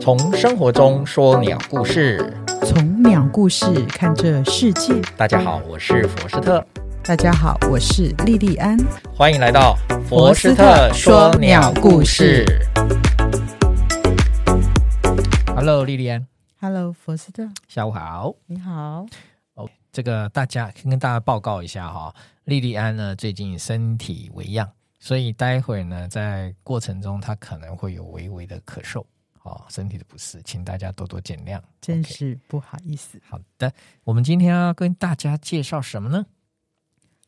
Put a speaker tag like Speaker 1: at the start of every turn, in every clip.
Speaker 1: 从生活中说鸟故事。
Speaker 2: 从鸟故事看这世界。
Speaker 1: 大家好，我是佛斯特，
Speaker 2: 大家好，我是莉莉安。
Speaker 1: 欢迎来到
Speaker 2: 佛斯特说鸟故事。
Speaker 1: Hello，莉莉安，
Speaker 2: Hello，佛斯特，
Speaker 1: 下午好。
Speaker 2: 你好。
Speaker 1: 这个大家先跟大家报告一下哈、莉莉安呢最近身体微恙，所以待会儿呢在过程中她可能会有微微的咳嗽，哦，身体的不适，请大家多多见谅。
Speaker 2: 真
Speaker 1: OK
Speaker 2: 是不好意思
Speaker 1: 好的，我们今天要跟大家介绍什么呢？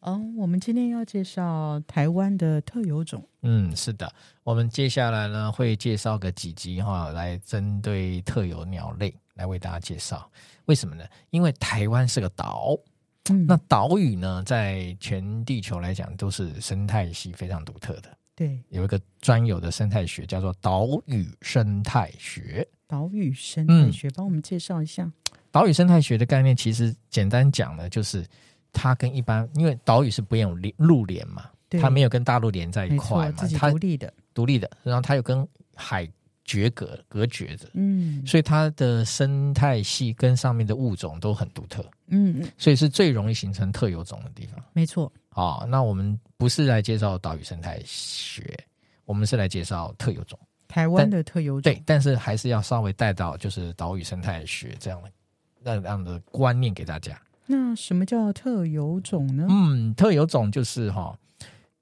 Speaker 2: 哦。我们今天要介绍台湾的特有种，
Speaker 1: 嗯，是的，我们接下来呢会介绍个几集哈、来针对特有鸟类来为大家介绍。为什么呢？因为台湾是个岛，
Speaker 2: 嗯，
Speaker 1: 那岛屿呢，在全地球来讲都是生态系非常独特的，
Speaker 2: 对
Speaker 1: 有一个专有的生态学叫做岛屿生态学。
Speaker 2: 岛屿生
Speaker 1: 嗯
Speaker 2: 态学，帮我们介绍一下。
Speaker 1: 岛屿生态学的概念，其实简单讲呢，就是它跟一般，因为岛屿是不用连陆连嘛，
Speaker 2: 对
Speaker 1: 它没有跟大陆连在一
Speaker 2: 没错
Speaker 1: 块，嘛
Speaker 2: 自，己
Speaker 1: 它
Speaker 2: 独立的，
Speaker 1: 独立的，然后它又跟海绝隔隔绝着，
Speaker 2: 嗯
Speaker 1: 所以它的生态系跟上面的物种都很独特，
Speaker 2: 嗯，嗯
Speaker 1: 所以是最容易形成特有种的地方。
Speaker 2: 没错，
Speaker 1: 哦，那我们不是来介绍岛屿生态学，我们是来介绍特有种。
Speaker 2: 台湾
Speaker 1: 但
Speaker 2: 的特有种，
Speaker 1: 对，但是还是要稍微带到就是岛屿生态学这样的那样的观念给大家。
Speaker 2: 那什么叫特有种呢？
Speaker 1: 嗯，特有种就是哈、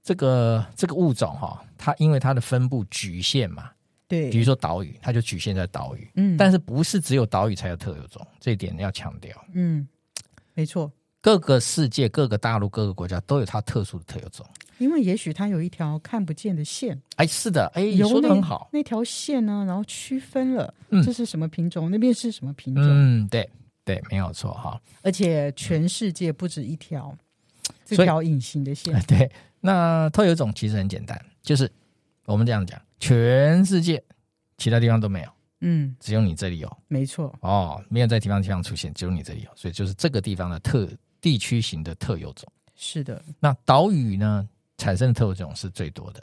Speaker 1: 这个这个物种哈、它因为它的分布局限嘛，比如
Speaker 2: 对，
Speaker 1: 说岛屿，它就局限在岛屿，
Speaker 2: 嗯
Speaker 1: 但是不是只有岛屿才有特有种，这一点要强调。
Speaker 2: 嗯，没错，
Speaker 1: 各个世界、各个大陆、各个国家都有它特殊的特有种。
Speaker 2: 因为也许它有一条看不见的线，
Speaker 1: 哎，是的，哎，你
Speaker 2: 由
Speaker 1: 说的
Speaker 2: 那
Speaker 1: 很好。
Speaker 2: 那条线呢，然后区分了，
Speaker 1: 嗯
Speaker 2: 这是什么品种，那边是什么品种，
Speaker 1: 嗯，对对，没有错哈、
Speaker 2: 而且全世界不止一条，这
Speaker 1: 所以
Speaker 2: 条隐形的线
Speaker 1: 哎， 对，那特有种其实很简单，就是我们这样讲，全世界其他地方都没有，
Speaker 2: 嗯，
Speaker 1: 只有你这里有。
Speaker 2: 没错，
Speaker 1: 哦，没有在地方地方出现，只有你这里有，所以就是这个地方的特地区型的特有种。
Speaker 2: 是的，
Speaker 1: 那岛屿呢产生的特有种是最多的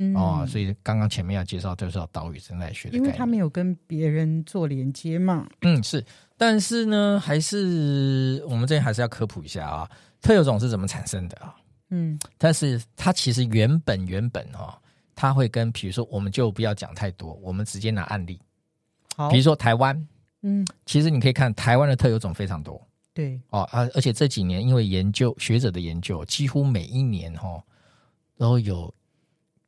Speaker 2: 嗯，
Speaker 1: 哦，所以刚刚前面要介绍就是岛屿生态学的
Speaker 2: 因为
Speaker 1: 概
Speaker 2: 它
Speaker 1: 念，
Speaker 2: 没有跟别人做连接嘛，
Speaker 1: 嗯是，但是呢，还是我们这边还是要科普一下啊，特有种是怎么产生的啊？
Speaker 2: 嗯，
Speaker 1: 但是它其实原本原本哦，它会跟比如说我们就不要讲太多，我们直接拿案例，
Speaker 2: 好
Speaker 1: 比，如说台湾，
Speaker 2: 嗯，
Speaker 1: 其实你可以看台湾的特有种非常多，
Speaker 2: 对，
Speaker 1: 哦啊，而且这几年因为研究学者的研究，几乎每一年哦都有，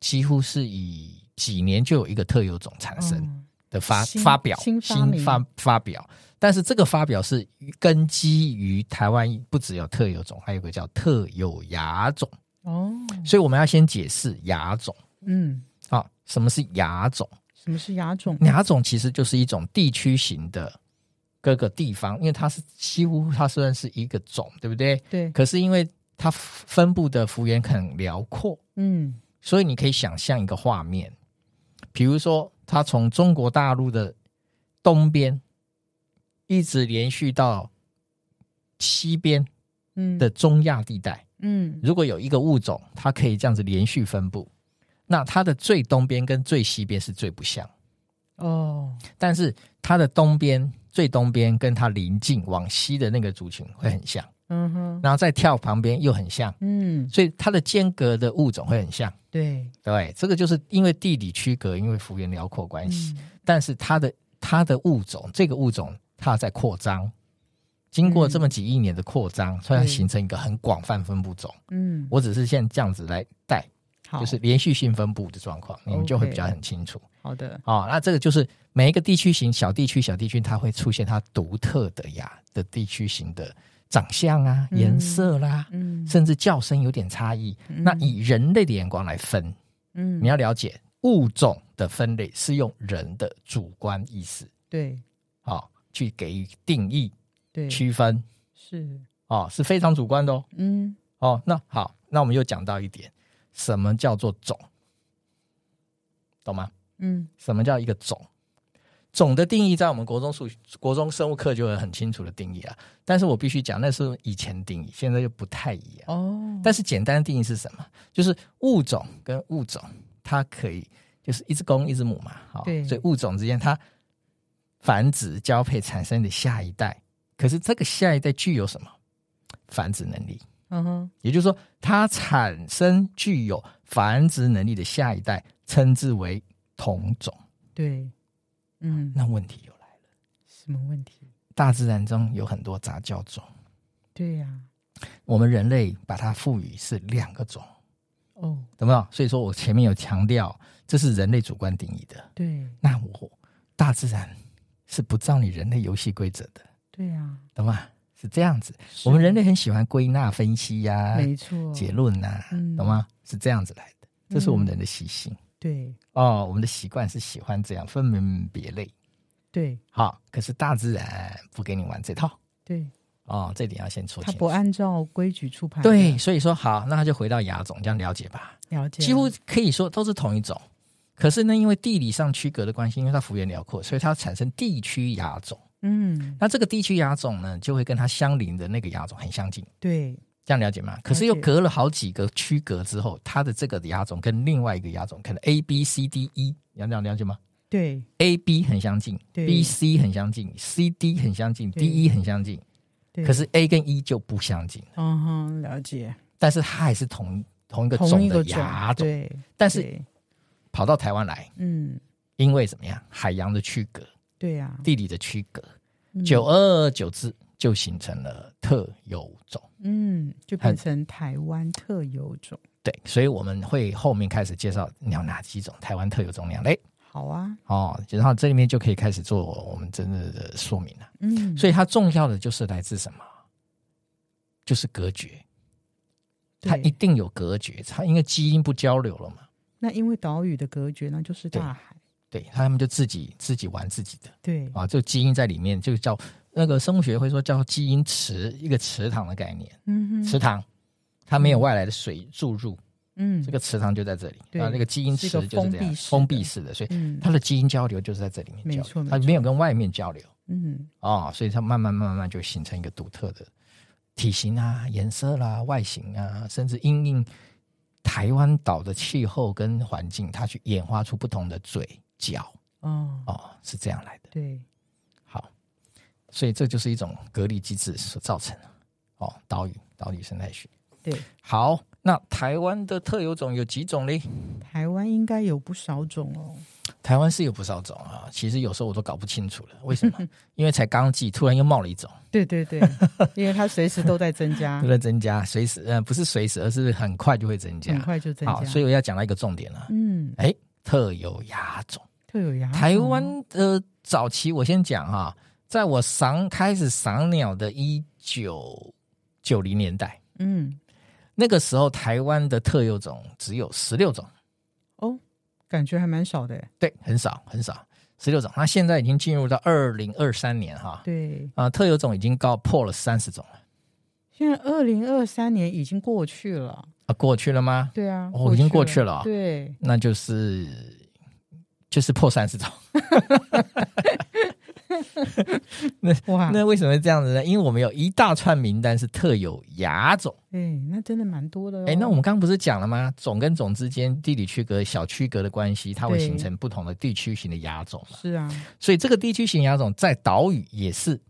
Speaker 1: 几乎是以几年就有一个特有种产生
Speaker 2: 嗯
Speaker 1: 的发、
Speaker 2: 新
Speaker 1: 发表
Speaker 2: 新发明
Speaker 1: 发发表，但是这个发表是根基于台湾不只有特有种，还有个叫特有亚种，
Speaker 2: 哦，
Speaker 1: 所以我们要先解释亚种
Speaker 2: 嗯，
Speaker 1: 啊、什么是亚种？
Speaker 2: 什么是亚种？
Speaker 1: 亚种其实就是一种地区型的各个地方，因为它是几乎它虽然是一个种，对不对？
Speaker 2: 对，
Speaker 1: 可是因为它分布的幅员很辽阔，
Speaker 2: 嗯，
Speaker 1: 所以你可以想象一个画面，比如说它从中国大陆的东边一直连续到西边
Speaker 2: 嗯
Speaker 1: 的，中亚地带，
Speaker 2: 嗯，
Speaker 1: 如果有一个物种，它可以这样子连续分布，那它的最东边跟最西边是最不像，
Speaker 2: 哦，
Speaker 1: 但是它的东边最东边跟它邻近往西的那个族群会很像，
Speaker 2: 嗯哼，
Speaker 1: 然后再跳旁边又很像。
Speaker 2: 嗯，
Speaker 1: 所以它的间隔的物种会很像。
Speaker 2: 对，
Speaker 1: 对，这个就是因为地理区隔，因为幅员辽阔关系，
Speaker 2: 嗯
Speaker 1: 但是它的它的物种，这个物种它在扩张，经过这么几亿年的扩张，所以它
Speaker 2: 对
Speaker 1: 形成一个很广泛分布种。
Speaker 2: 嗯，
Speaker 1: 我只是现在这样子来带，
Speaker 2: 好，
Speaker 1: 就是连续性分布的状况，你们就会
Speaker 2: OK
Speaker 1: 比较很清楚。
Speaker 2: 好的，
Speaker 1: 哦，那这个就是每一个地区型小地区小地区，它会出现它独特的呀的地区型的长相啊、
Speaker 2: 嗯
Speaker 1: 颜色啦，
Speaker 2: 嗯，
Speaker 1: 甚至叫声有点差异。那
Speaker 2: 嗯
Speaker 1: 以人类的眼光来分，
Speaker 2: 嗯，
Speaker 1: 你要了解物种的分类是用人的主观意识
Speaker 2: 对
Speaker 1: 啊、哦、去给予定义
Speaker 2: 对
Speaker 1: 区分
Speaker 2: 是，
Speaker 1: 哦，是非常主观的哦。
Speaker 2: 嗯，
Speaker 1: 哦，那好，那我们又讲到一点，什么叫做种，懂吗？
Speaker 2: 嗯，
Speaker 1: 什么叫一个种？种的定义在我们国中数学、国中生物课就有很清楚的定义啊。但是我必须讲，那是以前定义，现在又不太一样。
Speaker 2: 哦，
Speaker 1: 但是简单的定义是什么？就是物种跟物种，它可以就是一只公一只母嘛，好、
Speaker 2: 对
Speaker 1: 所以物种之间它繁殖交配产生的下一代。可是这个下一代具有什么繁殖能力？
Speaker 2: 嗯哼，
Speaker 1: 也就是说，它产生具有繁殖能力的下一代，称之为同种。
Speaker 2: 对，嗯，
Speaker 1: 那问题又来了，
Speaker 2: 什么问题？
Speaker 1: 大自然中有很多杂交种，
Speaker 2: 对呀、
Speaker 1: 我们人类把它赋予是两个种，
Speaker 2: 哦，
Speaker 1: 懂没有？所以说我前面有强调，这是人类主观定义的。
Speaker 2: 对，
Speaker 1: 那我大自然是不照你人类游戏规则的，
Speaker 2: 对呀、
Speaker 1: 懂吗？是这样子，
Speaker 2: 是
Speaker 1: 我们人类很喜欢归纳分析呀、
Speaker 2: 没错，
Speaker 1: 结论呐、
Speaker 2: 嗯
Speaker 1: 懂吗？是这样子来的，这是我们人的习性。
Speaker 2: 对
Speaker 1: 哦，我们的习惯是喜欢这样分门别类。
Speaker 2: 对
Speaker 1: 好，可是大自然不给你玩这套
Speaker 2: 对，
Speaker 1: 哦，这点要先说
Speaker 2: 他
Speaker 1: 清
Speaker 2: 不
Speaker 1: 楚。
Speaker 2: 按照规矩出牌的，
Speaker 1: 对，所以说好，那他就回到亚种，这样了解吧。
Speaker 2: 了解了，
Speaker 1: 几乎可以说都是同一种，可是呢，因为地理上区隔的关系，因为它幅员辽阔，所以它产生地区亚种。
Speaker 2: 嗯，
Speaker 1: 那这个地区亚种呢，就会跟它相邻的那个亚种很相近，
Speaker 2: 对
Speaker 1: 这样了解吗？可是
Speaker 2: 了
Speaker 1: 又
Speaker 2: 解
Speaker 1: 隔了好几个区隔之后，它的这个亚种跟另外一个亚种，可能 A、B、C、D、E，你要这样了解吗？
Speaker 2: 对
Speaker 1: A、B 很相近
Speaker 2: 对
Speaker 1: ，B、C 很相近，C、D 很相近
Speaker 2: 对
Speaker 1: ，D、E 很相近，
Speaker 2: 对，
Speaker 1: 可是 A 跟 E 就不相近，
Speaker 2: 嗯哼，了解，
Speaker 1: 但是它还是同同一个
Speaker 2: 同
Speaker 1: 种
Speaker 2: 一
Speaker 1: 的
Speaker 2: 个
Speaker 1: 亚种，
Speaker 2: 对，
Speaker 1: 但是
Speaker 2: 对
Speaker 1: 跑到台湾来，
Speaker 2: 嗯，
Speaker 1: 因为怎么样，海洋的区隔、
Speaker 2: 对呀、
Speaker 1: 地理的区隔，
Speaker 2: 嗯
Speaker 1: 久而久之就形成了特有种。
Speaker 2: 嗯，就
Speaker 1: 很
Speaker 2: 变成台湾特有种，
Speaker 1: 对，所以我们会后面开始介绍鸟哪几种台湾特有种鸟类
Speaker 2: 好啊，
Speaker 1: 哦，然后这里面就可以开始做我们真的的说明了。
Speaker 2: 嗯，
Speaker 1: 所以它重要的就是来自什么？就是隔绝。它
Speaker 2: 对
Speaker 1: 一定有隔绝，它因为基因不交流了嘛，
Speaker 2: 那因为岛屿的隔绝，那就是大海，
Speaker 1: 对，他们就自己自己玩自己的
Speaker 2: 对，
Speaker 1: 啊，就基因在里面，就叫那个生物学会说叫基因池，一个池塘的概念，
Speaker 2: 嗯
Speaker 1: 池
Speaker 2: 哼，
Speaker 1: 塘，它没有外来的水注入，
Speaker 2: 嗯，
Speaker 1: 这个池塘就在这里，
Speaker 2: 对
Speaker 1: 啊，那个基因池就是这
Speaker 2: 是一个封闭
Speaker 1: 样
Speaker 2: 式的
Speaker 1: 封闭式的，所以
Speaker 2: 嗯，
Speaker 1: 它的基因交流就是在这里面
Speaker 2: 没
Speaker 1: 交
Speaker 2: 错
Speaker 1: 流，
Speaker 2: 没
Speaker 1: 它没有跟外面交流
Speaker 2: 嗯，
Speaker 1: 啊，所以它慢慢慢慢就形成一个独特的体型啊、颜色啦、外形啊，甚至因应台湾岛的气候跟环境，它去演化出不同的嘴角
Speaker 2: 哦，
Speaker 1: 哦，是这样来的。
Speaker 2: 对，
Speaker 1: 好，所以这就是一种隔离机制所造成的哦，岛屿岛屿生态学。
Speaker 2: 对，
Speaker 1: 好，那台湾的特有种有几种嘞？
Speaker 2: 台湾应该有不少种哦，
Speaker 1: 台湾是有不少种啊，其实有时候我都搞不清楚了，为什 么？因为才刚记，突然又冒了一种，
Speaker 2: 对对 对，因为它随时都在增加
Speaker 1: 都，在 增加，随时呃不是随时，而是很快就会增加
Speaker 2: 嗯很。快就增
Speaker 1: 好，
Speaker 2: 加，
Speaker 1: 所
Speaker 2: 以
Speaker 1: 以我要讲到一个重点了，
Speaker 2: 嗯，
Speaker 1: 特有亚种。
Speaker 2: 特有牙，
Speaker 1: 台湾的早期，我先讲哈、在我赏开始赏鸟的一九九零年代，
Speaker 2: 嗯，
Speaker 1: 那个时候台湾的特有种只有十六种，
Speaker 2: 哦，感觉还蛮少的，
Speaker 1: 对，很少很少，十六种。那现在已经进入到二零二三年哈、
Speaker 2: 对，
Speaker 1: 啊，特有种已经告破了三十种了
Speaker 2: 现在二零二三年已经过去了，
Speaker 1: 啊，过去了吗？
Speaker 2: 对啊，
Speaker 1: 哦已经过去了啊
Speaker 2: 对，
Speaker 1: 那就是就是破三十种。
Speaker 2: 哇，
Speaker 1: 那为什么会这样子呢？因为我们有一大串名单是特有亚种。
Speaker 2: 哎，那真的蛮多的哦，
Speaker 1: 哎，那我们刚刚不是讲了吗？种跟种之间地理区隔、小区隔的关系，它会
Speaker 2: 对
Speaker 1: 形成不同的地区型的亚种嘛。
Speaker 2: 是啊，
Speaker 1: 所以这个地区型亚种在岛屿也是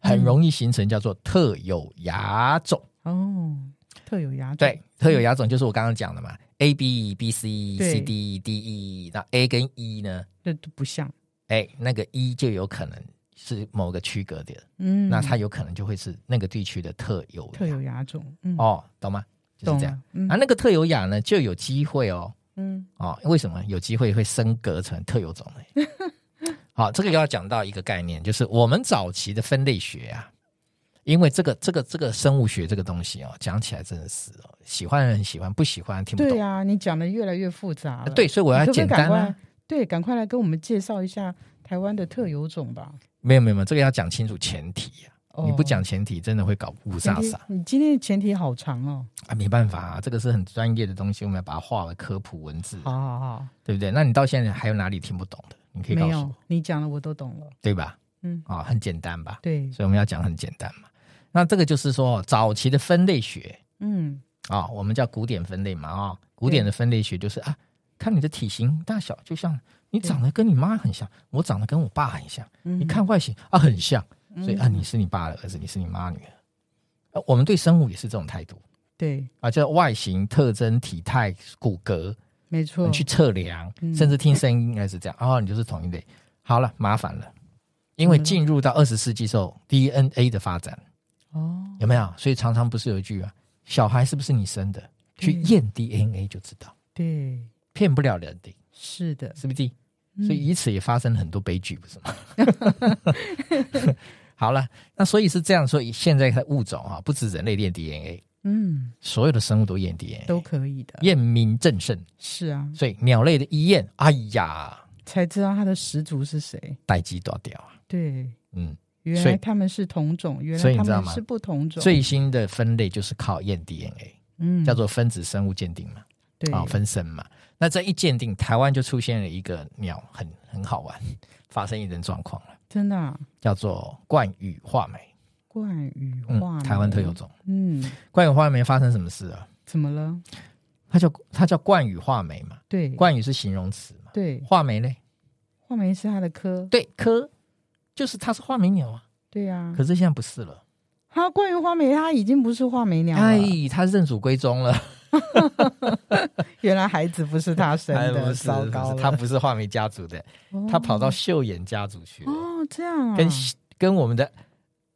Speaker 1: 很容易形成叫做特有亚种。
Speaker 2: 哦，特有牙，
Speaker 1: 对，，特有亚种就是我刚刚讲的嘛，A、B、B、C、
Speaker 2: 对
Speaker 1: C、D、D、E。那 A 跟 E 呢？
Speaker 2: 这都不像，
Speaker 1: 哎，那个 E 就有可能是某个区隔点，
Speaker 2: 嗯，
Speaker 1: 那它有可能就会是那个地区的特有亚
Speaker 2: 特有牙种，嗯，
Speaker 1: 哦，懂吗？就是
Speaker 2: 懂
Speaker 1: 这样。
Speaker 2: 了，嗯
Speaker 1: 啊，那个特有亚呢，就有机会哦。
Speaker 2: 嗯，
Speaker 1: 哦，为什么有机会会升格成特有种呢？ 好，这个要讲到一个概念，就是我们早期的分类学啊，因为这个这个这个生物学这个东西哦，讲起来真的是哦，喜欢的人喜欢，不喜欢听不
Speaker 2: 对
Speaker 1: 懂。
Speaker 2: 呀，你讲的越来越复杂了，
Speaker 1: 对，所以我要
Speaker 2: 你可不可以
Speaker 1: 简单
Speaker 2: 赶
Speaker 1: 啊
Speaker 2: 快。对，赶快来跟我们介绍一下台湾的特有种吧。
Speaker 1: 没有没有没有，这个要讲清楚前提呀、
Speaker 2: 哦
Speaker 1: 你不讲前提，真的会搞五
Speaker 2: 前
Speaker 1: 煞
Speaker 2: 提
Speaker 1: 煞，
Speaker 2: 你今天的前提好长哦。
Speaker 1: 啊！没办法、啊，这个是很专业的东西，我们要把它化为科普文字，
Speaker 2: 好好好，
Speaker 1: 对不对？那你到现在还有哪里听不懂的？你可以告
Speaker 2: 没
Speaker 1: 诉
Speaker 2: 有
Speaker 1: 我，
Speaker 2: 你讲的我都懂了。
Speaker 1: 对吧？
Speaker 2: 嗯，
Speaker 1: 啊、很简单吧？
Speaker 2: 对，
Speaker 1: 所以我们要讲很简单嘛。那这个就是说，早期的分类学
Speaker 2: 嗯，
Speaker 1: 啊、我们叫古典分类嘛啊、古典的分类学就是啊，看你的体型大小，就像你长得跟你妈很像，我长得跟我爸很像，
Speaker 2: 嗯
Speaker 1: 你看外形啊很像，
Speaker 2: 嗯
Speaker 1: 所以啊你是你爸的儿子，你是你妈女儿。啊我们对生物也是这种态度
Speaker 2: 对，
Speaker 1: 啊，叫外形、特征、体态、骨骼，
Speaker 2: 没错
Speaker 1: 你，去测量，
Speaker 2: 嗯
Speaker 1: 甚至听声音应该是这样。哦，你就是同一类。好了，麻烦了，因为
Speaker 2: 嗯
Speaker 1: 进入到二十世纪之后，DNA 的发展
Speaker 2: 哦，
Speaker 1: 有没有？所以常常不是有一句啊，小孩是不是你生的？去
Speaker 2: 对
Speaker 1: 验 DNA 就知道，
Speaker 2: 对，
Speaker 1: 骗不了人的，
Speaker 2: 是的，
Speaker 1: 是不是？
Speaker 2: 嗯
Speaker 1: 所以以此也发生了很多悲剧，不是吗？ 好了，那所以是这样说，现在的物种啊，不止人类验 DNA，
Speaker 2: 嗯，
Speaker 1: 所有的生物都验 DNA，
Speaker 2: 都可以的，
Speaker 1: 验明正盛。
Speaker 2: 是啊，
Speaker 1: 所以鸟类的一验，哎呀，
Speaker 2: 才知道他的始祖是谁。
Speaker 1: 待机多屌啊！
Speaker 2: 对，
Speaker 1: 嗯，
Speaker 2: 原
Speaker 1: 所以
Speaker 2: 来他们是同种，原
Speaker 1: 所以你
Speaker 2: 来他
Speaker 1: 知道
Speaker 2: 们
Speaker 1: 吗
Speaker 2: 是不同种，
Speaker 1: 最新的分类就是靠验 DNA，
Speaker 2: 嗯，
Speaker 1: 叫做分子生物鉴定嘛，
Speaker 2: 对
Speaker 1: 啊、分身嘛。那这一鉴定，台湾就出现了一个鸟，很很好玩， 发生一种状况了，
Speaker 2: 真的啊
Speaker 1: 叫做冠羽画眉，
Speaker 2: 冠羽
Speaker 1: 嗯
Speaker 2: 化，，
Speaker 1: 台湾特有，种。
Speaker 2: 嗯，
Speaker 1: 冠羽画眉发生什么事啊？
Speaker 2: 怎么了？
Speaker 1: 它叫它叫冠羽画眉嘛，
Speaker 2: 对，
Speaker 1: 冠羽是形容词嘛，
Speaker 2: 对，
Speaker 1: 画眉嘞，
Speaker 2: 画眉是他的科，
Speaker 1: 对，科就是它是画眉鸟啊，
Speaker 2: 对呀
Speaker 1: 可，是现在不是了，
Speaker 2: 他关于画眉，他已经不是画眉娘
Speaker 1: 哎
Speaker 2: 了，，
Speaker 1: 它认祖归宗了，
Speaker 2: 原来孩子不是他生
Speaker 1: 哎不
Speaker 2: 的，
Speaker 1: 是
Speaker 2: 糟
Speaker 1: 不
Speaker 2: 糕
Speaker 1: 是
Speaker 2: 了，
Speaker 1: 它不是画眉家族的，
Speaker 2: 哦
Speaker 1: 它跑到秀妍家族去了。
Speaker 2: 哦这样啊，
Speaker 1: 跟跟我们的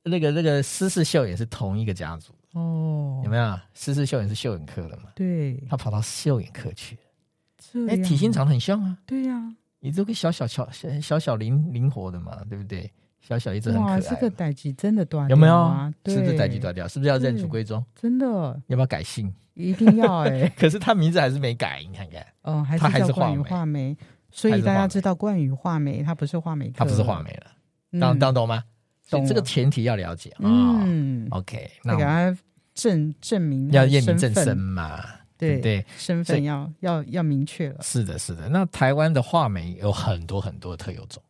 Speaker 1: 那个那个施氏秀也是同一个家族，
Speaker 2: 哦
Speaker 1: 有，没有？施氏秀也是秀眼科的嘛，
Speaker 2: 对，
Speaker 1: 他跑到秀眼科去，
Speaker 2: 这
Speaker 1: 哎，
Speaker 2: 样
Speaker 1: 体型长得很像啊，
Speaker 2: 对呀，
Speaker 1: 你这个小小小小小小灵灵活的嘛，对不对？小小一只很可爱
Speaker 2: 哇，
Speaker 1: 嘛，
Speaker 2: 这个代际真的短，
Speaker 1: 有没有
Speaker 2: 啊？？对
Speaker 1: 是不是带去断掉？是不是要认祖
Speaker 2: 对
Speaker 1: 归宗？
Speaker 2: 真的
Speaker 1: 要不要改姓？
Speaker 2: 一定 要哎，
Speaker 1: 可是他名字还是没改，你看看，
Speaker 2: 哦，还
Speaker 1: 他还
Speaker 2: 是
Speaker 1: 是
Speaker 2: 叫
Speaker 1: 画
Speaker 2: 冠羽
Speaker 1: 眉
Speaker 2: 画眉。所
Speaker 1: 还
Speaker 2: 以
Speaker 1: 是
Speaker 2: 大
Speaker 1: 画
Speaker 2: 家
Speaker 1: 眉
Speaker 2: 知道冠羽画眉，他不是画眉科，
Speaker 1: 他不是画眉了，
Speaker 2: 嗯，
Speaker 1: 当当懂吗？所以
Speaker 2: 懂
Speaker 1: 这个
Speaker 2: 了
Speaker 1: 前提要了解啊。
Speaker 2: 嗯，
Speaker 1: OK，那
Speaker 2: 要
Speaker 1: 我
Speaker 2: 给
Speaker 1: 们
Speaker 2: 他证证明他
Speaker 1: 要
Speaker 2: 的
Speaker 1: 验明正
Speaker 2: 身
Speaker 1: 身
Speaker 2: 份，
Speaker 1: 嘛，对
Speaker 2: 对
Speaker 1: 不对？
Speaker 2: 身
Speaker 1: 所以
Speaker 2: 份要要要明确了。
Speaker 1: 是的，是的。那台湾的画眉有很多很多的特有种，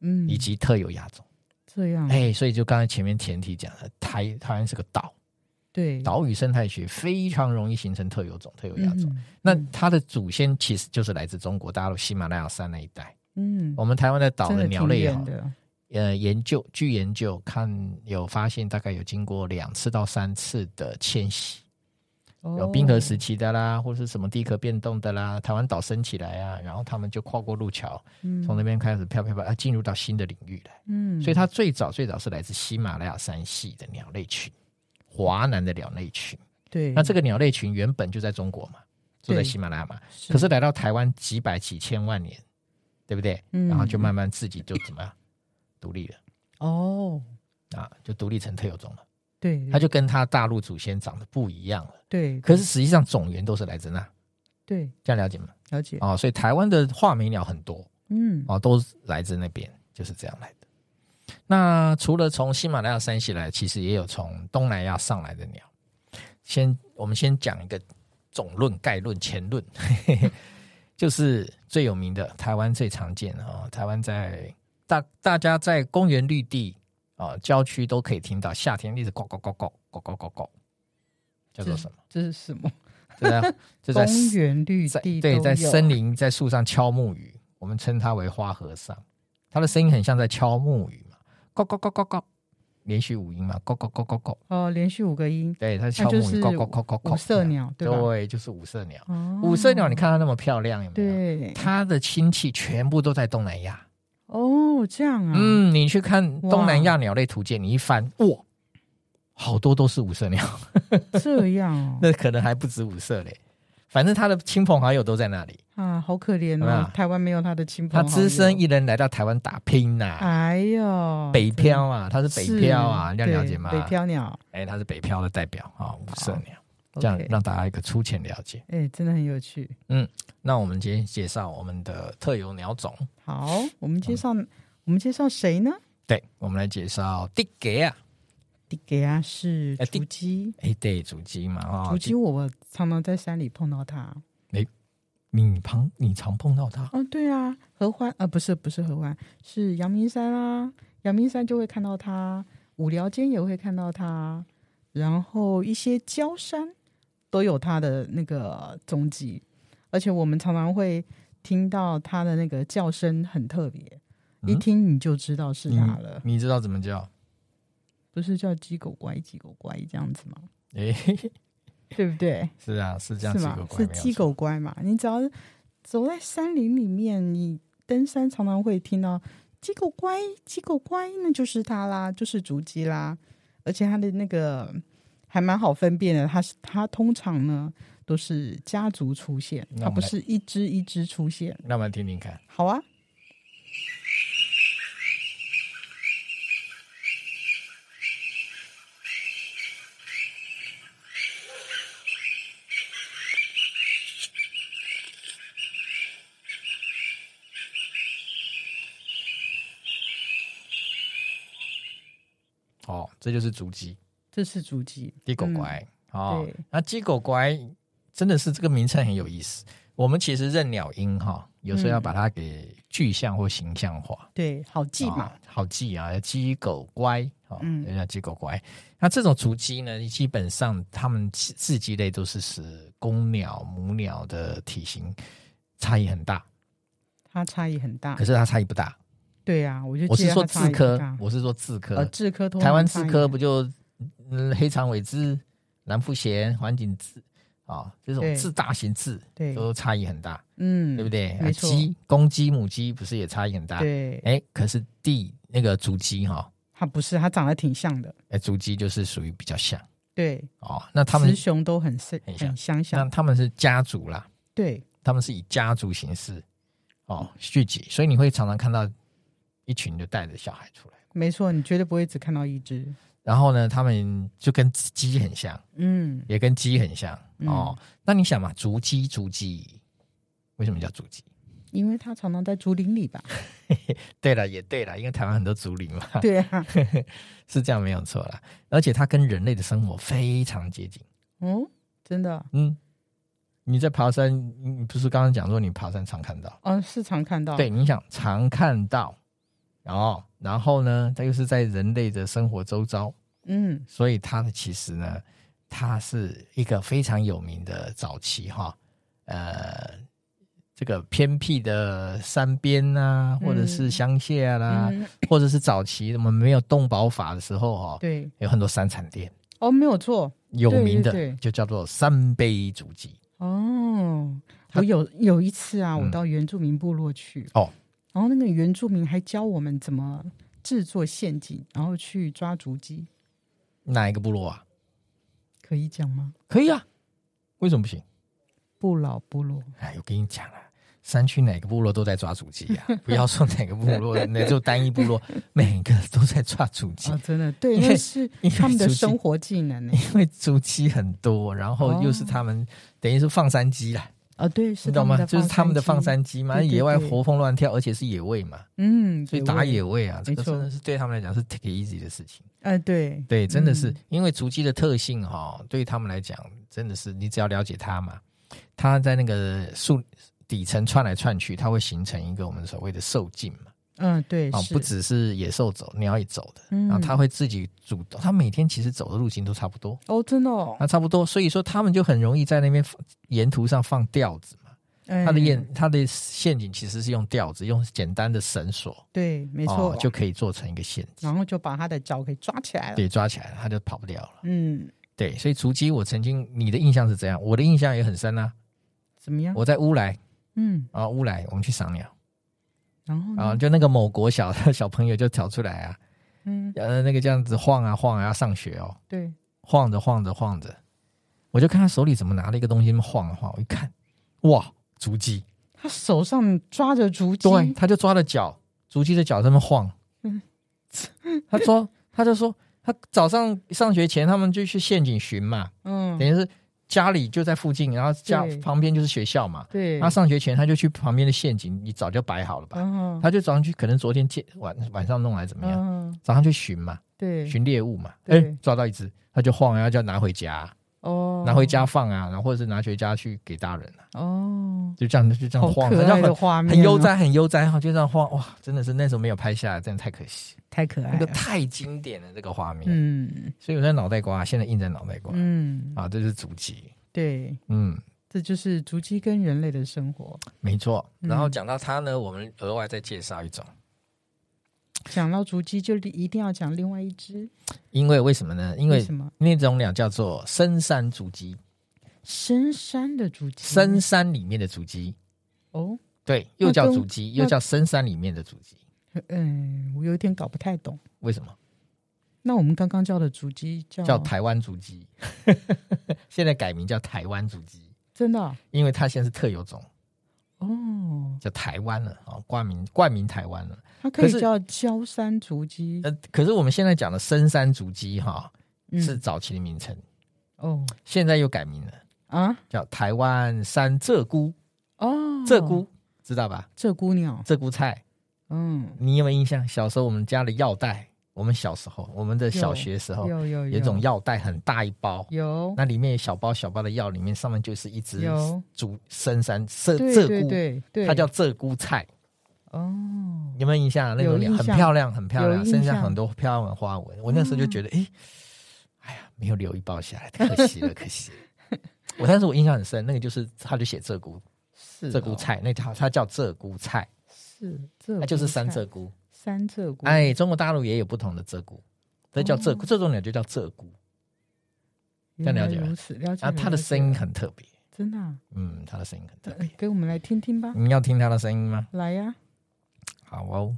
Speaker 2: 嗯，
Speaker 1: 以及特有亚种。
Speaker 2: 这样，
Speaker 1: 哎，所以就刚才前面前提讲的，台台湾是个岛，
Speaker 2: 对，
Speaker 1: 岛屿生态学非常容易形成特有种、特有亚种。
Speaker 2: 嗯
Speaker 1: 那它的祖先其实就是来自中国大陆喜马拉雅山那一带。
Speaker 2: 嗯，
Speaker 1: 我们台湾的岛
Speaker 2: 真
Speaker 1: 的
Speaker 2: 的
Speaker 1: 鸟
Speaker 2: 挺
Speaker 1: 类
Speaker 2: 远
Speaker 1: 哈，
Speaker 2: 的，
Speaker 1: 呃，研究据研究看有发现，大概有经过两次到三次的迁徙，有冰河时
Speaker 2: 哦，
Speaker 1: 期的啦，或是什么地壳变动的啦，台湾岛升起来啊，然后他们就跨过路桥，从那
Speaker 2: 边，
Speaker 1: 边开始飘飘飘，啊，进入到新的领域来。
Speaker 2: 嗯，
Speaker 1: 所以它最早最早是来自喜马拉雅山系的鸟类群，华南的鸟类群。
Speaker 2: 对，
Speaker 1: 那这个鸟类群原本就在中国嘛，住在
Speaker 2: 嗯对
Speaker 1: 喜马拉雅嘛，
Speaker 2: 是
Speaker 1: 可是来到台湾几百几千万年，对不对？
Speaker 2: 嗯
Speaker 1: 然后就慢慢自己就怎么样独立了
Speaker 2: 哦，
Speaker 1: 啊，就独立成特有种了。
Speaker 2: 对，
Speaker 1: 它就跟它大陆祖先长得不一样了。
Speaker 2: 对，
Speaker 1: 可是实际上种源都是来自那，
Speaker 2: 对，
Speaker 1: 这样了解吗？
Speaker 2: 了解，
Speaker 1: 哦，所以台湾的画眉鸟很多
Speaker 2: 嗯，
Speaker 1: 哦，都是来自那边，就是这样来的。那除了从喜马拉雅山系来，其实也有从东南亚上来的鸟。先，我们先讲一个总论、概论、前论， 就是最有名的台湾最常见的哦，台湾在大大家在公园绿地啊、哦郊区都可以听到夏天一直呱呱呱呱呱呱呱呱，叫做什么？
Speaker 2: 这是什么？
Speaker 1: 就 在就在
Speaker 2: 公园绿
Speaker 1: 在
Speaker 2: 地
Speaker 1: 对，
Speaker 2: 都
Speaker 1: 在
Speaker 2: 有
Speaker 1: 森林在树上敲木鱼，我们称它为花和尚。它的声音很像在敲木鱼嘛，咕咕咕咕咕，连续五音嘛，咕咕咕咕咕。
Speaker 2: 哦，连续五个音，
Speaker 1: 对，它
Speaker 2: 那
Speaker 1: 敲
Speaker 2: 就
Speaker 1: 木鱼，
Speaker 2: 是
Speaker 1: 咕咕咕咕咕。
Speaker 2: 五色，鸟，对吧？
Speaker 1: 对，就是五色鸟。
Speaker 2: 哦
Speaker 1: 五色鸟，你，看它那么漂亮，有没有？
Speaker 2: 对，
Speaker 1: 它的亲戚全部都在东南亚。
Speaker 2: 哦，这样啊，
Speaker 1: 嗯，你去看
Speaker 2: 哇
Speaker 1: 东南亚鸟类图鉴，你一翻，哇，好多都是五色鸟，
Speaker 2: 这样哦，
Speaker 1: 那可能还不止五色嘞。反正它的亲朋好友都在那里，
Speaker 2: 啊，好可怜
Speaker 1: 有没有
Speaker 2: 哦，台湾没有他的亲朋
Speaker 1: 它
Speaker 2: 好友，
Speaker 1: 只身一人来到台湾打拼呐、
Speaker 2: 哎呦，
Speaker 1: 北
Speaker 2: 真
Speaker 1: 漂啊，它是北漂啊，你要了解吗？
Speaker 2: 对北，漂鸟，
Speaker 1: 哎，它是北漂的代表啊，五色鸟，这
Speaker 2: OK
Speaker 1: 样让大家一个粗浅了解。
Speaker 2: 哎、真的很有趣。
Speaker 1: 那我们今天介绍我们的特有鸟种，
Speaker 2: 好，我们介绍、
Speaker 1: 嗯
Speaker 2: 我们介绍谁呢？
Speaker 1: 对，我们来介绍地给啊，
Speaker 2: 迪给亚是
Speaker 1: 哎地
Speaker 2: 竹鸡，
Speaker 1: 哎，对，竹鸡嘛，啊，
Speaker 2: 竹鸡我常常在山里碰到它。
Speaker 1: 你旁你常碰到它，
Speaker 2: 哦，对啊，合欢呃不是不是合欢，是阳明山啦，阳明山就会看到它，五寮间也会看到它，然后一些礁山都有它的那个踪迹，而且我们常常会听到它的那个叫声很特别，
Speaker 1: 嗯
Speaker 2: 一听你就知道是它了，
Speaker 1: 你知道怎么叫？
Speaker 2: 不是叫鸡狗乖鸡狗乖这样子吗？
Speaker 1: 诶，
Speaker 2: 对不对？
Speaker 1: 哎是啊，是这样
Speaker 2: 是
Speaker 1: 子一
Speaker 2: 吗
Speaker 1: 个？怪
Speaker 2: 是
Speaker 1: 没有
Speaker 2: 鸡
Speaker 1: 错
Speaker 2: 狗乖嘛？你只要走在山林里面，你登山常常会听到鸡狗乖，鸡狗乖，那就是它啦，就是竹鸡啦。而且它的那个还蛮好分辨的，它是它通常呢都是家族出现，
Speaker 1: 那
Speaker 2: 它
Speaker 1: 我们
Speaker 2: 不
Speaker 1: 来
Speaker 2: 是一只一只出现。
Speaker 1: 那我们来听听看。
Speaker 2: 好啊，
Speaker 1: 哦，这就是竹鸡
Speaker 2: 这是竹鸡，
Speaker 1: 鸡狗乖、哦
Speaker 2: 对。
Speaker 1: 那鸡狗乖真的是这个名称很有意思。我们其实认鸟音哈、有时候要把它给具象或形象化。
Speaker 2: 对，好记嘛，
Speaker 1: 啊好记啊，鸡狗乖，哦，
Speaker 2: 嗯
Speaker 1: 人家鸡狗乖。那这种雏鸡呢，基本上它们自自鸡类都是使公鸟、母鸟的体型差异很大，
Speaker 2: 它差异很大
Speaker 1: 可。是它差异不大。
Speaker 2: 嗯对啊，我就
Speaker 1: 我
Speaker 2: 记
Speaker 1: 是
Speaker 2: 得
Speaker 1: 说
Speaker 2: 它
Speaker 1: 自
Speaker 2: 差异很
Speaker 1: 科
Speaker 2: 大，
Speaker 1: 我是说自科
Speaker 2: 呃，，智科通常
Speaker 1: 台湾
Speaker 2: 差
Speaker 1: 自
Speaker 2: 异
Speaker 1: 科
Speaker 2: 很
Speaker 1: 不就嗯黑长尾雉、蓝腹鹇、环颈雉啊，这种
Speaker 2: 对
Speaker 1: 自大型雉
Speaker 2: 对，
Speaker 1: 都差异很大，
Speaker 2: 嗯，
Speaker 1: 对不对？啊
Speaker 2: 没错
Speaker 1: 鸡公鸡、母鸡不是也差异很大？
Speaker 2: 对，
Speaker 1: 哎，可是地那个雏鸡哈。
Speaker 2: 它不是，它长得挺像的。
Speaker 1: 哎，竹鸡就是属于比较像
Speaker 2: 对，
Speaker 1: 哦。那他们
Speaker 2: 雌雄都很是
Speaker 1: 很像
Speaker 2: 很相像。
Speaker 1: 那他们是家族啦，
Speaker 2: 对，
Speaker 1: 他们是以家族形式哦聚集，所以你会常常看到一群就带着小孩出来，
Speaker 2: 没错，你绝对不会只看到一只。
Speaker 1: 然后呢，他们就跟鸡很像，
Speaker 2: 嗯，
Speaker 1: 也跟鸡很像哦。那你想嘛，竹鸡竹鸡为什么叫竹鸡？
Speaker 2: 因为它常常在竹林 里吧？
Speaker 1: 对了，也对了，因为台湾很多竹林嘛，
Speaker 2: 对啊，
Speaker 1: 是这样没有错啦。而且它跟人类的生活非常接近，
Speaker 2: 哦，真的，
Speaker 1: 嗯。你在爬山，你你不是刚刚讲说你爬山常看到？
Speaker 2: 哦，是常看到。
Speaker 1: 对，你想常看到，然后然后呢，它又是在人类的生活周遭，
Speaker 2: 嗯，
Speaker 1: 所以它的其实呢，它是一个非常有名的早期哈，呃，这个偏僻的山边呐、或者是
Speaker 2: 嗯
Speaker 1: 乡下啦、
Speaker 2: 嗯，
Speaker 1: 或者是早期我们没有动保法的时候哈、
Speaker 2: 对，
Speaker 1: 有很多山产店，
Speaker 2: 哦，没有错，
Speaker 1: 有
Speaker 2: 对
Speaker 1: 名
Speaker 2: 对
Speaker 1: 的
Speaker 2: 对
Speaker 1: 就叫做三杯足迹。
Speaker 2: 哦，
Speaker 1: 它
Speaker 2: 我有有一次啊，
Speaker 1: 嗯
Speaker 2: 我到原住民部落去，
Speaker 1: 哦，
Speaker 2: 然后那个原住民还教我们怎么制作陷阱，然后去抓竹鸡，
Speaker 1: 哪一个部落啊？
Speaker 2: 可以讲吗？
Speaker 1: 可以啊，为什么不行？
Speaker 2: 不老部 落，
Speaker 1: 哎，我跟你讲啊，山区哪个部落都在抓主 鸡呀、啊不要说哪个部落，那就单一部落，每个都在抓主鸡
Speaker 2: 哦，，真的，对，
Speaker 1: 因为
Speaker 2: 那是
Speaker 1: 因为
Speaker 2: 他们的
Speaker 1: 竹鸡
Speaker 2: 生活技能呢。
Speaker 1: 因为主鸡很多，然后又是他们、等于是放山鸡啦，
Speaker 2: 啊，对，哦是
Speaker 1: 你懂吗？
Speaker 2: 的
Speaker 1: 就是他们的放
Speaker 2: 山
Speaker 1: 山
Speaker 2: 鸡，
Speaker 1: 鸡嘛，
Speaker 2: 对对
Speaker 1: 野外
Speaker 2: 对
Speaker 1: 活蹦乱跳，而且是野味嘛，
Speaker 2: 嗯，
Speaker 1: 所以
Speaker 2: 对
Speaker 1: 打
Speaker 2: 我
Speaker 1: 野味啊，这个
Speaker 2: 没错
Speaker 1: 真的是对他们来讲是 take it easy 的事情。
Speaker 2: 哎、对
Speaker 1: 对，真的是、
Speaker 2: 嗯
Speaker 1: 因为足迹的特性哈、对于他们来讲，真的是你只要了解它嘛，它在那个树底层窜来窜去，它会形成一个我们所谓的兽径嘛。
Speaker 2: 嗯，对，
Speaker 1: 啊、
Speaker 2: 是
Speaker 1: 不，只是野兽走，鸟也走的，
Speaker 2: 嗯
Speaker 1: 然后它会自己主动，它每天其实走的路径都差不多，
Speaker 2: 哦，真的哦，
Speaker 1: 那差不多，所以说它们就很容易在那边放沿途上放吊子嘛。它
Speaker 2: 他
Speaker 1: 的陷它的陷阱其实是用吊子，用简单的绳索，
Speaker 2: 对，没
Speaker 1: 没
Speaker 2: 错，
Speaker 1: 哦
Speaker 2: 哦
Speaker 1: 就可以做成一个陷阱，
Speaker 2: 然后就把他的脚给抓起来了，
Speaker 1: 对，抓起来了，它就跑不掉了。
Speaker 2: 嗯，
Speaker 1: 对，所以竹鸡，我曾经你的印象是怎样？我的印象也很深啊。
Speaker 2: 怎么样？
Speaker 1: 我在乌来
Speaker 2: 嗯，
Speaker 1: 啊，乌来我们去赏鸟
Speaker 2: 然后呢
Speaker 1: 啊，就那个某国小的小朋友就跳出来啊，
Speaker 2: 嗯，
Speaker 1: 呃，那个这样子晃啊晃啊，要上学哦。
Speaker 2: 对，
Speaker 1: 晃着晃着晃着，我就看他手里怎么拿了一个东西那么晃啊晃，我一看，哇，竹鸡，
Speaker 2: 他手上抓着竹鸡，
Speaker 1: 对，他就抓着脚，竹鸡的脚在那么晃，
Speaker 2: 嗯
Speaker 1: 他说，他就说，他早上上学前他们就去陷阱巡嘛，
Speaker 2: 嗯
Speaker 1: 等，于是家里就在附近，然后家
Speaker 2: 对
Speaker 1: 旁边就是学校嘛，
Speaker 2: 对，
Speaker 1: 他上学前他就去旁边的陷阱，你早就摆好了吧？
Speaker 2: 嗯，
Speaker 1: 他就早上去，可能昨天借晚晚上弄来怎么样？
Speaker 2: 嗯，
Speaker 1: 早上去巡嘛，
Speaker 2: 对，
Speaker 1: 巡猎物嘛，哎
Speaker 2: 对，
Speaker 1: 抓到一只，他就晃啊，然后就要拿回家啊、
Speaker 2: 哦，
Speaker 1: 拿回，家放啊，然后或者是拿回家去给大人啊，
Speaker 2: 哦，
Speaker 1: 就这样就这样
Speaker 2: 好
Speaker 1: 晃，
Speaker 2: 可爱
Speaker 1: 就
Speaker 2: 的
Speaker 1: 很
Speaker 2: 画面，啊哦
Speaker 1: 很悠，哉，很悠哉哈，就这样晃，哇，真的是那时候没有拍下来，真的太可惜，
Speaker 2: 太可爱
Speaker 1: 那个
Speaker 2: 了，
Speaker 1: 太经典了这个画面，
Speaker 2: 哎嗯
Speaker 1: 所以我在脑袋瓜现在印在脑袋瓜
Speaker 2: 嗯，
Speaker 1: 啊，这是主机，
Speaker 2: 对，
Speaker 1: 嗯，
Speaker 2: 这就是竹鸡跟人类的生活。
Speaker 1: 没错。
Speaker 2: 嗯
Speaker 1: 然后讲到它呢，我们额外再介绍一种，
Speaker 2: 讲到竹鸡，就一定要讲另外一只，
Speaker 1: 因为为什么呢？因为
Speaker 2: 什么？
Speaker 1: 那种鸟叫做深山竹鸡，
Speaker 2: 深山的竹鸡，
Speaker 1: 深山里面的竹鸡，
Speaker 2: 哦，
Speaker 1: 对，又叫
Speaker 2: 那跟
Speaker 1: 竹鸡，又叫深山里面的竹鸡。
Speaker 2: 嗯，我有点搞不太懂。
Speaker 1: 为什么
Speaker 2: 那我们刚刚叫的竹鸡叫
Speaker 1: 叫台湾竹鸡？ 现在改名叫台湾竹鸡，
Speaker 2: 真的啊
Speaker 1: 因为它现在是特有种，
Speaker 2: 哦，
Speaker 1: 叫台湾了啊，哦冠名冠名台湾了。
Speaker 2: 它可
Speaker 1: 可
Speaker 2: 以
Speaker 1: 是
Speaker 2: 叫焦山竹鸡，
Speaker 1: 呃，可是我们现在讲的深山竹鸡哈、
Speaker 2: 嗯
Speaker 1: 呃是早期的名称，
Speaker 2: 哦
Speaker 1: 现在又改名了，
Speaker 2: 啊
Speaker 1: 叫台湾山鹧鸪，
Speaker 2: 哦，
Speaker 1: 鹧鸪、知道吧？
Speaker 2: 鹧鸪鸟，
Speaker 1: 鹧鸪菜，
Speaker 2: 嗯，
Speaker 1: 你有没有印象？小时候我们家的药袋，我们小时候，我们的小学时候，
Speaker 2: 有有
Speaker 1: 哦有一种药袋很大一包，
Speaker 2: 啊有
Speaker 1: 那里面有小包小包的药，里面上面就是一只
Speaker 2: 有
Speaker 1: 竹深山鹧
Speaker 2: 对
Speaker 1: 鹧
Speaker 2: 对
Speaker 1: 鸪，
Speaker 2: 对对，
Speaker 1: 它叫鹧鸪菜，
Speaker 2: 哦，
Speaker 1: 有没有印象？啊那种
Speaker 2: 有
Speaker 1: 鸟
Speaker 2: 印
Speaker 1: 很
Speaker 2: 象
Speaker 1: 漂亮，很漂
Speaker 2: 有
Speaker 1: 亮，
Speaker 2: 印
Speaker 1: 身上
Speaker 2: 象嗯
Speaker 1: 很多漂亮的花纹。我那时候就觉得，哎、哎呀，没有留一包下来，可惜了，可惜了。 我但是我印象很深，那个就是他就写鹧鸪
Speaker 2: 是
Speaker 1: 鹧鸪
Speaker 2: 哦
Speaker 1: 菜，那条它叫鹧鸪菜，
Speaker 2: 是鹧
Speaker 1: 它就是
Speaker 2: 鸪
Speaker 1: 山
Speaker 2: 菜嗯
Speaker 1: 鹧鸪。
Speaker 2: 山鹧鸪，
Speaker 1: 哎，中国大陆也有不同的鹧鸪，这叫鹧鸪，
Speaker 2: 哦
Speaker 1: 这种鸟就叫鹧鸪。
Speaker 2: 原
Speaker 1: 这样了
Speaker 2: 来
Speaker 1: 解
Speaker 2: 如
Speaker 1: 了
Speaker 2: 此了
Speaker 1: 然
Speaker 2: 解嗯了
Speaker 1: 后
Speaker 2: 解。
Speaker 1: 它的声音很特别，
Speaker 2: 真的啊，
Speaker 1: 嗯，它的声音很特
Speaker 2: 呃
Speaker 1: 别。
Speaker 2: 给我们来听听吧，
Speaker 1: 你要听它的声音吗？
Speaker 2: 来呀，
Speaker 1: 好哦。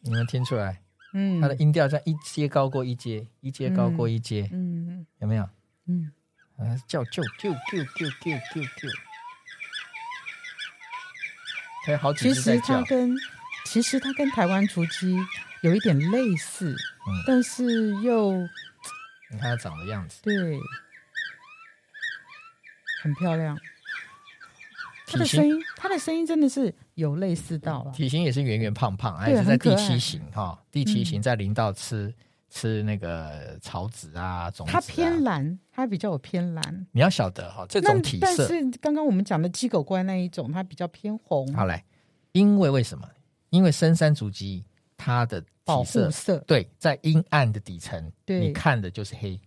Speaker 1: 你们听出来，
Speaker 2: 嗯，
Speaker 1: 它的音调像一阶高过一阶，一阶高过一阶，
Speaker 2: 嗯
Speaker 1: 有没有？
Speaker 2: 嗯，
Speaker 1: 啊，叫救救救救救救救！还有好几
Speaker 2: 其
Speaker 1: 只在
Speaker 2: 实
Speaker 1: 叫
Speaker 2: 它，跟其实它跟台湾竹鸡有一点类似，
Speaker 1: 嗯
Speaker 2: 但是又
Speaker 1: 你看它长的样子，
Speaker 2: 对，很漂亮。它
Speaker 1: 体
Speaker 2: 的声
Speaker 1: 型
Speaker 2: 音，它的声音真的是有类似到了，
Speaker 1: 体型也是圆圆胖胖，还
Speaker 2: 对
Speaker 1: 是在
Speaker 2: 很可
Speaker 1: 第
Speaker 2: 爱
Speaker 1: 七型哈，第七
Speaker 2: 嗯
Speaker 1: 型在林道吃吃那个草籽啊种子啊。
Speaker 2: 它偏蓝，它比较有偏蓝。
Speaker 1: 你要晓得哈，这
Speaker 2: 那
Speaker 1: 种体
Speaker 2: 但
Speaker 1: 色
Speaker 2: 是刚刚我们讲的鸡狗乖那一种，它比较偏红，
Speaker 1: 好来，因为为什么？因为深山竹鸡它的体
Speaker 2: 保护
Speaker 1: 色
Speaker 2: 色，
Speaker 1: 对，在阴暗的底层，
Speaker 2: 对
Speaker 1: 你看的就是黑，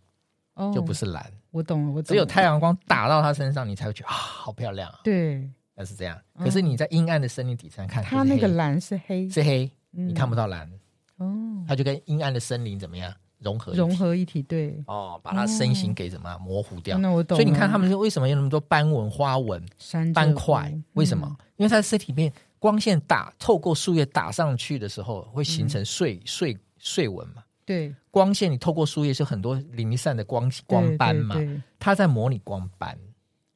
Speaker 2: 哦，
Speaker 1: 就不是蓝，
Speaker 2: 我懂了，我懂
Speaker 1: 只有
Speaker 2: 了
Speaker 1: 太阳光打到它身上，你才会觉得啊，好漂亮啊。
Speaker 2: 对
Speaker 1: 那是这样。
Speaker 2: 嗯
Speaker 1: 可是你在阴暗的森林底层看，
Speaker 2: 它
Speaker 1: 就是
Speaker 2: 那个
Speaker 1: 黑
Speaker 2: 蓝嗯是黑，
Speaker 1: 是黑，
Speaker 2: 你
Speaker 1: 你看不到蓝，
Speaker 2: 哦，
Speaker 1: 它就跟阴暗的森林怎么样融合一体
Speaker 2: 融合一体，对，
Speaker 1: 哦，把它身形给怎么样模糊掉。
Speaker 2: 那嗯我
Speaker 1: 所
Speaker 2: 懂了。嗯
Speaker 1: 以你看，他们为什么有那么多斑纹、花纹、
Speaker 2: 山嗯
Speaker 1: 斑
Speaker 2: 鹧
Speaker 1: 块
Speaker 2: 鸪？
Speaker 1: 为什么？？因为它的身体里面光线打透过树叶打上去的时候，会形成碎碎碎纹嘛。
Speaker 2: 嗯对，
Speaker 1: 光线你透过树叶是很多零散的光光
Speaker 2: 对
Speaker 1: 斑
Speaker 2: 对
Speaker 1: 嘛，
Speaker 2: 对
Speaker 1: 它在模拟光斑，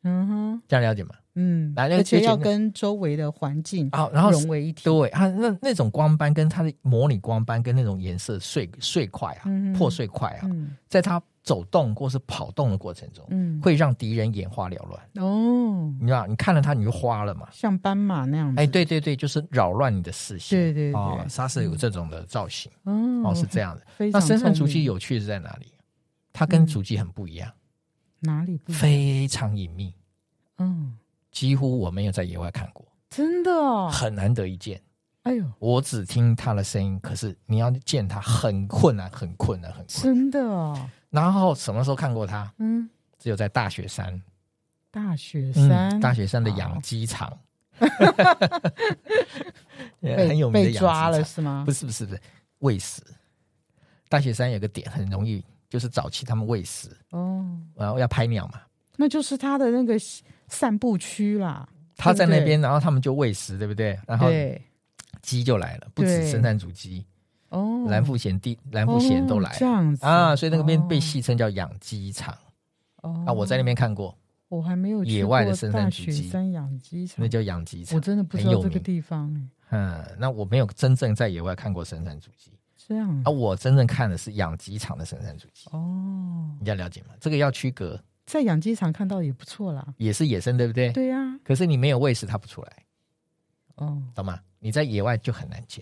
Speaker 2: 嗯哼，
Speaker 1: 这样了解吗？
Speaker 2: 嗯，
Speaker 1: 来那个
Speaker 2: 而且
Speaker 1: 就
Speaker 2: 要
Speaker 1: 简单
Speaker 2: 跟周围的环境
Speaker 1: 好，啊然后
Speaker 2: 融为一体，啊
Speaker 1: 对它那那种光斑跟它的模拟光斑跟那种颜色碎碎块啊、
Speaker 2: 嗯
Speaker 1: 破碎块啊，
Speaker 2: 嗯
Speaker 1: 在它走动或是跑动的过程中，
Speaker 2: 嗯，
Speaker 1: 会让敌人眼花缭乱。
Speaker 2: 哦，
Speaker 1: 你知道，你看了它你就花了嘛？
Speaker 2: 像斑马那样子，
Speaker 1: 哎，对对对，就是扰乱你的视线。
Speaker 2: 嗯对对
Speaker 1: 哦
Speaker 2: 对，
Speaker 1: 沙士有这种的造型、
Speaker 2: 哦
Speaker 1: 哦，是这样的。
Speaker 2: 非
Speaker 1: 那
Speaker 2: 常
Speaker 1: 深山
Speaker 2: 聪
Speaker 1: 足迹
Speaker 2: 明
Speaker 1: 有趣是在哪里？它跟
Speaker 2: 嗯
Speaker 1: 足迹很不一样，
Speaker 2: 哪里不一样？
Speaker 1: 非常隐秘，
Speaker 2: 嗯，
Speaker 1: 几乎我没有在野外看过，
Speaker 2: 真的哦，
Speaker 1: 很难得一见。
Speaker 2: 哎呦，
Speaker 1: 我只听它的声音，可是你要见它很困难，很困难，很困难。
Speaker 2: 真的哦，
Speaker 1: 然后什么时候看过它？
Speaker 2: 嗯，
Speaker 1: 只有在大雪山，
Speaker 2: 大雪山，
Speaker 1: 嗯
Speaker 2: 啊
Speaker 1: 大雪山的养鸡场， 呃很有名的
Speaker 2: 被
Speaker 1: 养鸡
Speaker 2: 抓了
Speaker 1: 场。
Speaker 2: 是吗
Speaker 1: 不？是不是不是，喂食。大雪山有个点很容易，就是早期他们喂食，
Speaker 2: 哦，
Speaker 1: 然后要拍鸟嘛，
Speaker 2: 那就是他的那个散步区啦，
Speaker 1: 他在那
Speaker 2: 对不嗯对
Speaker 1: 边，然后他们就喂食，对不对？然后
Speaker 2: 对，
Speaker 1: 鸡就来了，不止
Speaker 2: 对
Speaker 1: 深山竹鸡，
Speaker 2: 哦，
Speaker 1: 蓝腹鹇地蓝腹鹇都来
Speaker 2: 哦这
Speaker 1: 了、
Speaker 2: 样子哦
Speaker 1: 啊，所以那个边被
Speaker 2: 吸
Speaker 1: 戏称叫养鸡场、
Speaker 2: 哦
Speaker 1: 啊。我在那边看过，
Speaker 2: 我还没有去
Speaker 1: 野外的
Speaker 2: 过
Speaker 1: 深山
Speaker 2: 大
Speaker 1: 巨
Speaker 2: 雪
Speaker 1: 鸡
Speaker 2: 山养鸡场
Speaker 1: 那，叫养鸡
Speaker 2: 我
Speaker 1: 场。
Speaker 2: 真的不知
Speaker 1: 很
Speaker 2: 道
Speaker 1: 有
Speaker 2: 这个
Speaker 1: 名
Speaker 2: 地方哎，
Speaker 1: 嗯，那我没有真正在野外看过深山竹鸡
Speaker 2: 这样
Speaker 1: 啊，我真正看的是养鸡场的深山竹鸡，
Speaker 2: 哦，
Speaker 1: 你要了解吗？这个要区隔，
Speaker 2: 在养鸡场看到也不错啦，
Speaker 1: 也是野生，对不对？
Speaker 2: 对呀，
Speaker 1: 可是你没有喂食，它不出来。
Speaker 2: 哦，
Speaker 1: 懂吗？你在野外就很难见，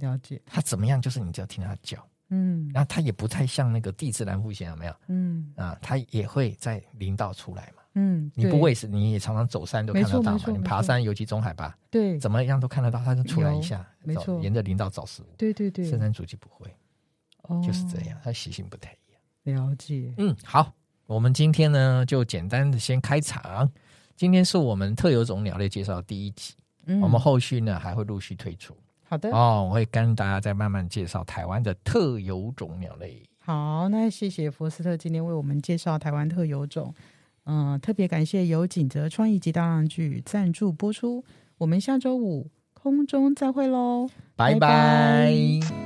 Speaker 2: 了解，
Speaker 1: 它怎么样就是你只要听它叫，
Speaker 2: 嗯
Speaker 1: 啊然后它也不太像那个地质蓝腹鹇有没有
Speaker 2: 嗯，
Speaker 1: 啊？它也会在林道出来嘛，
Speaker 2: 嗯，
Speaker 1: 你不
Speaker 2: 对
Speaker 1: 喂食，你也常常走山都看得
Speaker 2: 没错
Speaker 1: 到
Speaker 2: 没
Speaker 1: 嘛。
Speaker 2: 错
Speaker 1: 你
Speaker 2: 没
Speaker 1: 爬
Speaker 2: 错
Speaker 1: 山，尤其中海拔，
Speaker 2: 对
Speaker 1: 怎么样都看得到，它就出来一
Speaker 2: 有
Speaker 1: 下，
Speaker 2: 没
Speaker 1: 找
Speaker 2: 错
Speaker 1: 沿着林道找食物。
Speaker 2: 对对对，
Speaker 1: 深山足迹不会，
Speaker 2: 哦
Speaker 1: 就是这样，它习性不太一样。
Speaker 2: 了解。
Speaker 1: 嗯，好，我们今天呢就简单的先开场。今天是我们特有种鸟类介绍第一集，
Speaker 2: 嗯，
Speaker 1: 我们后续呢还会陆续推出
Speaker 2: 好的，
Speaker 1: 哦，我会跟大家再慢慢介绍台湾的特有种鸟类。
Speaker 2: 好，那谢谢福斯特今天为我们介绍台湾特有种，嗯、特别感谢由锦泽创意及大浪剧赞助播出，我们下周五空中再会喽。拜
Speaker 1: 拜拜